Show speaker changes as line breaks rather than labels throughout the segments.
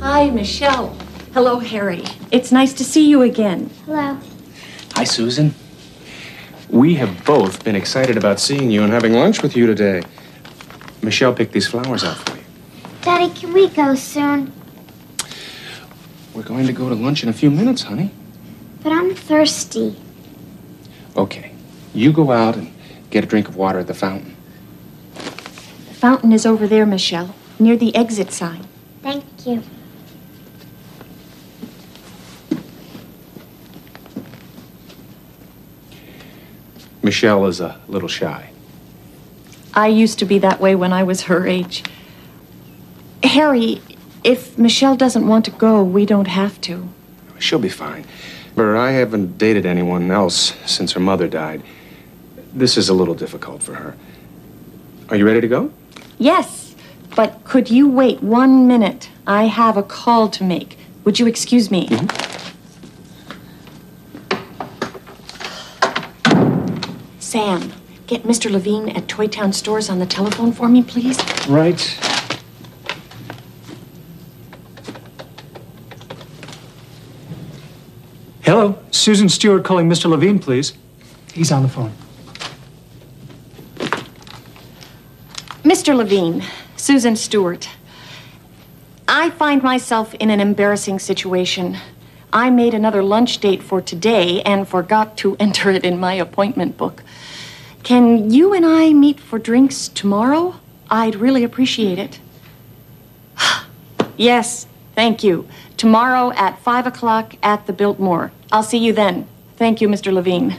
Hi, Michelle. Hello, Harry. It's nice to see you again.
Hello.
Hi, Susan. We have both been excited about seeing you and having lunch with you today. Michelle picked these flowers out for you.
Daddy, can we go soon?
We're going to go to lunch in a few minutes, honey.
But I'm thirsty.
Okay. You go out and get a drink of water at the fountain.
The fountain is over there, Michelle, near the exit sign.
Thank you.
Michelle is a little shy.
I used to be that way when I was her age. Harry, if Michelle doesn't want to go, we don't have to.
She'll be fine. Remember, I haven't dated anyone else since her mother died. This is a little difficult for her. Are you ready to go?
Yes, but could you wait one minute? I have a call to make. Would you excuse me? Sam, get Mr. Levine at Toytown Stores on the telephone for me, please.
Right.
Hello, Susan Stewart calling Mr. Levine, please. He's on the phone.
Mr. Levine, Susan Stewart. I find myself in an embarrassing situation. I made another lunch date for today and forgot to enter it in my appointment book. Can you and I meet for drinks tomorrow? I'd really appreciate it. yes, thank you. Tomorrow at 5 o'clock at the Biltmore. I'll see you then. Thank you, Mr. Levine.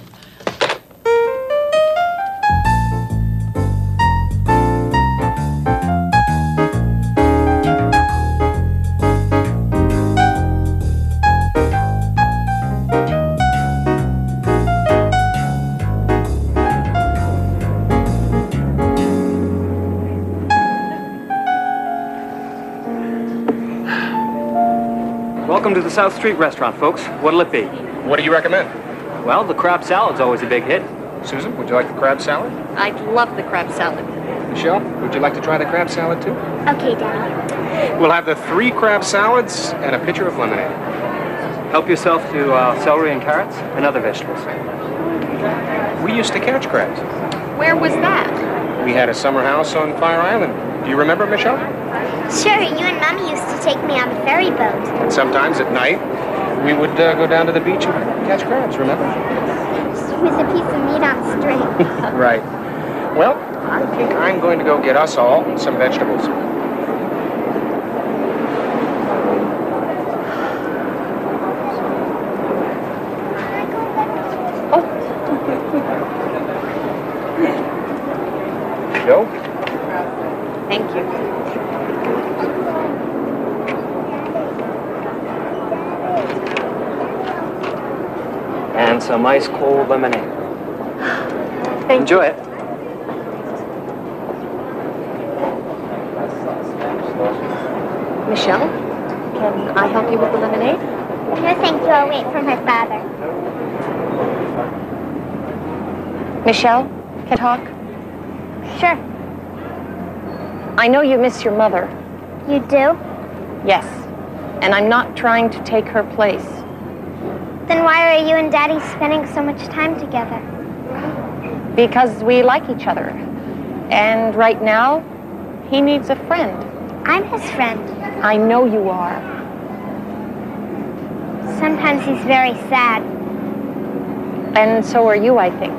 Welcome to the South Street restaurant, folks. What'll it be?
What do you recommend?
Well, the crab salad's always a big hit.
Susan, would you like the crab salad?
I'd love the crab salad.
Michelle, would you like to try the crab salad too?
Okay, Daddy.
We'll have the three crab salads and a pitcher of lemonade.
Help yourself to uh, celery and carrots and other vegetables.
We used to catch crabs.
Where was that?
We had a summer house on Fire Island. Do you remember, Michelle?
Sure, you and Mommy used to take me on the ferry boat.
Sometimes at night, we would uh, go down to the beach and catch crabs, remember?
With a piece of meat on a string.
Right. Well, I think I'm going to go get us all some vegetables. Joe?
Thank you.
And some ice cold lemonade.
Thank
Enjoy it.
Michelle, can I help you with the lemonade?
No, thank you. I'll wait for my father.
Michelle, can I talk?
Sure.
I know you miss your mother.
You do?
Yes. And I'm not trying to take her place.
Then why are you and Daddy spending so much time together?
Because we like each other. And right now, he needs a friend.
I'm his friend.
I know you are.
Sometimes he's very sad.
And so are you, I think.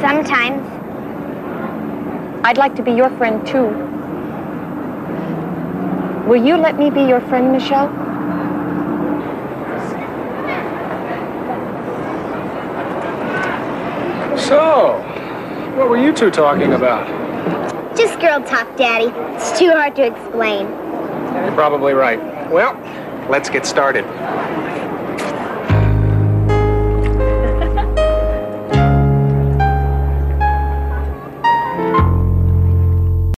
Sometimes.
I'd like to be your friend, too. Will you let me be your friend, Michelle?
So, what were you two talking about?
Just girl talk, Daddy. It's too hard to explain.
You're probably right. Well, let's get started.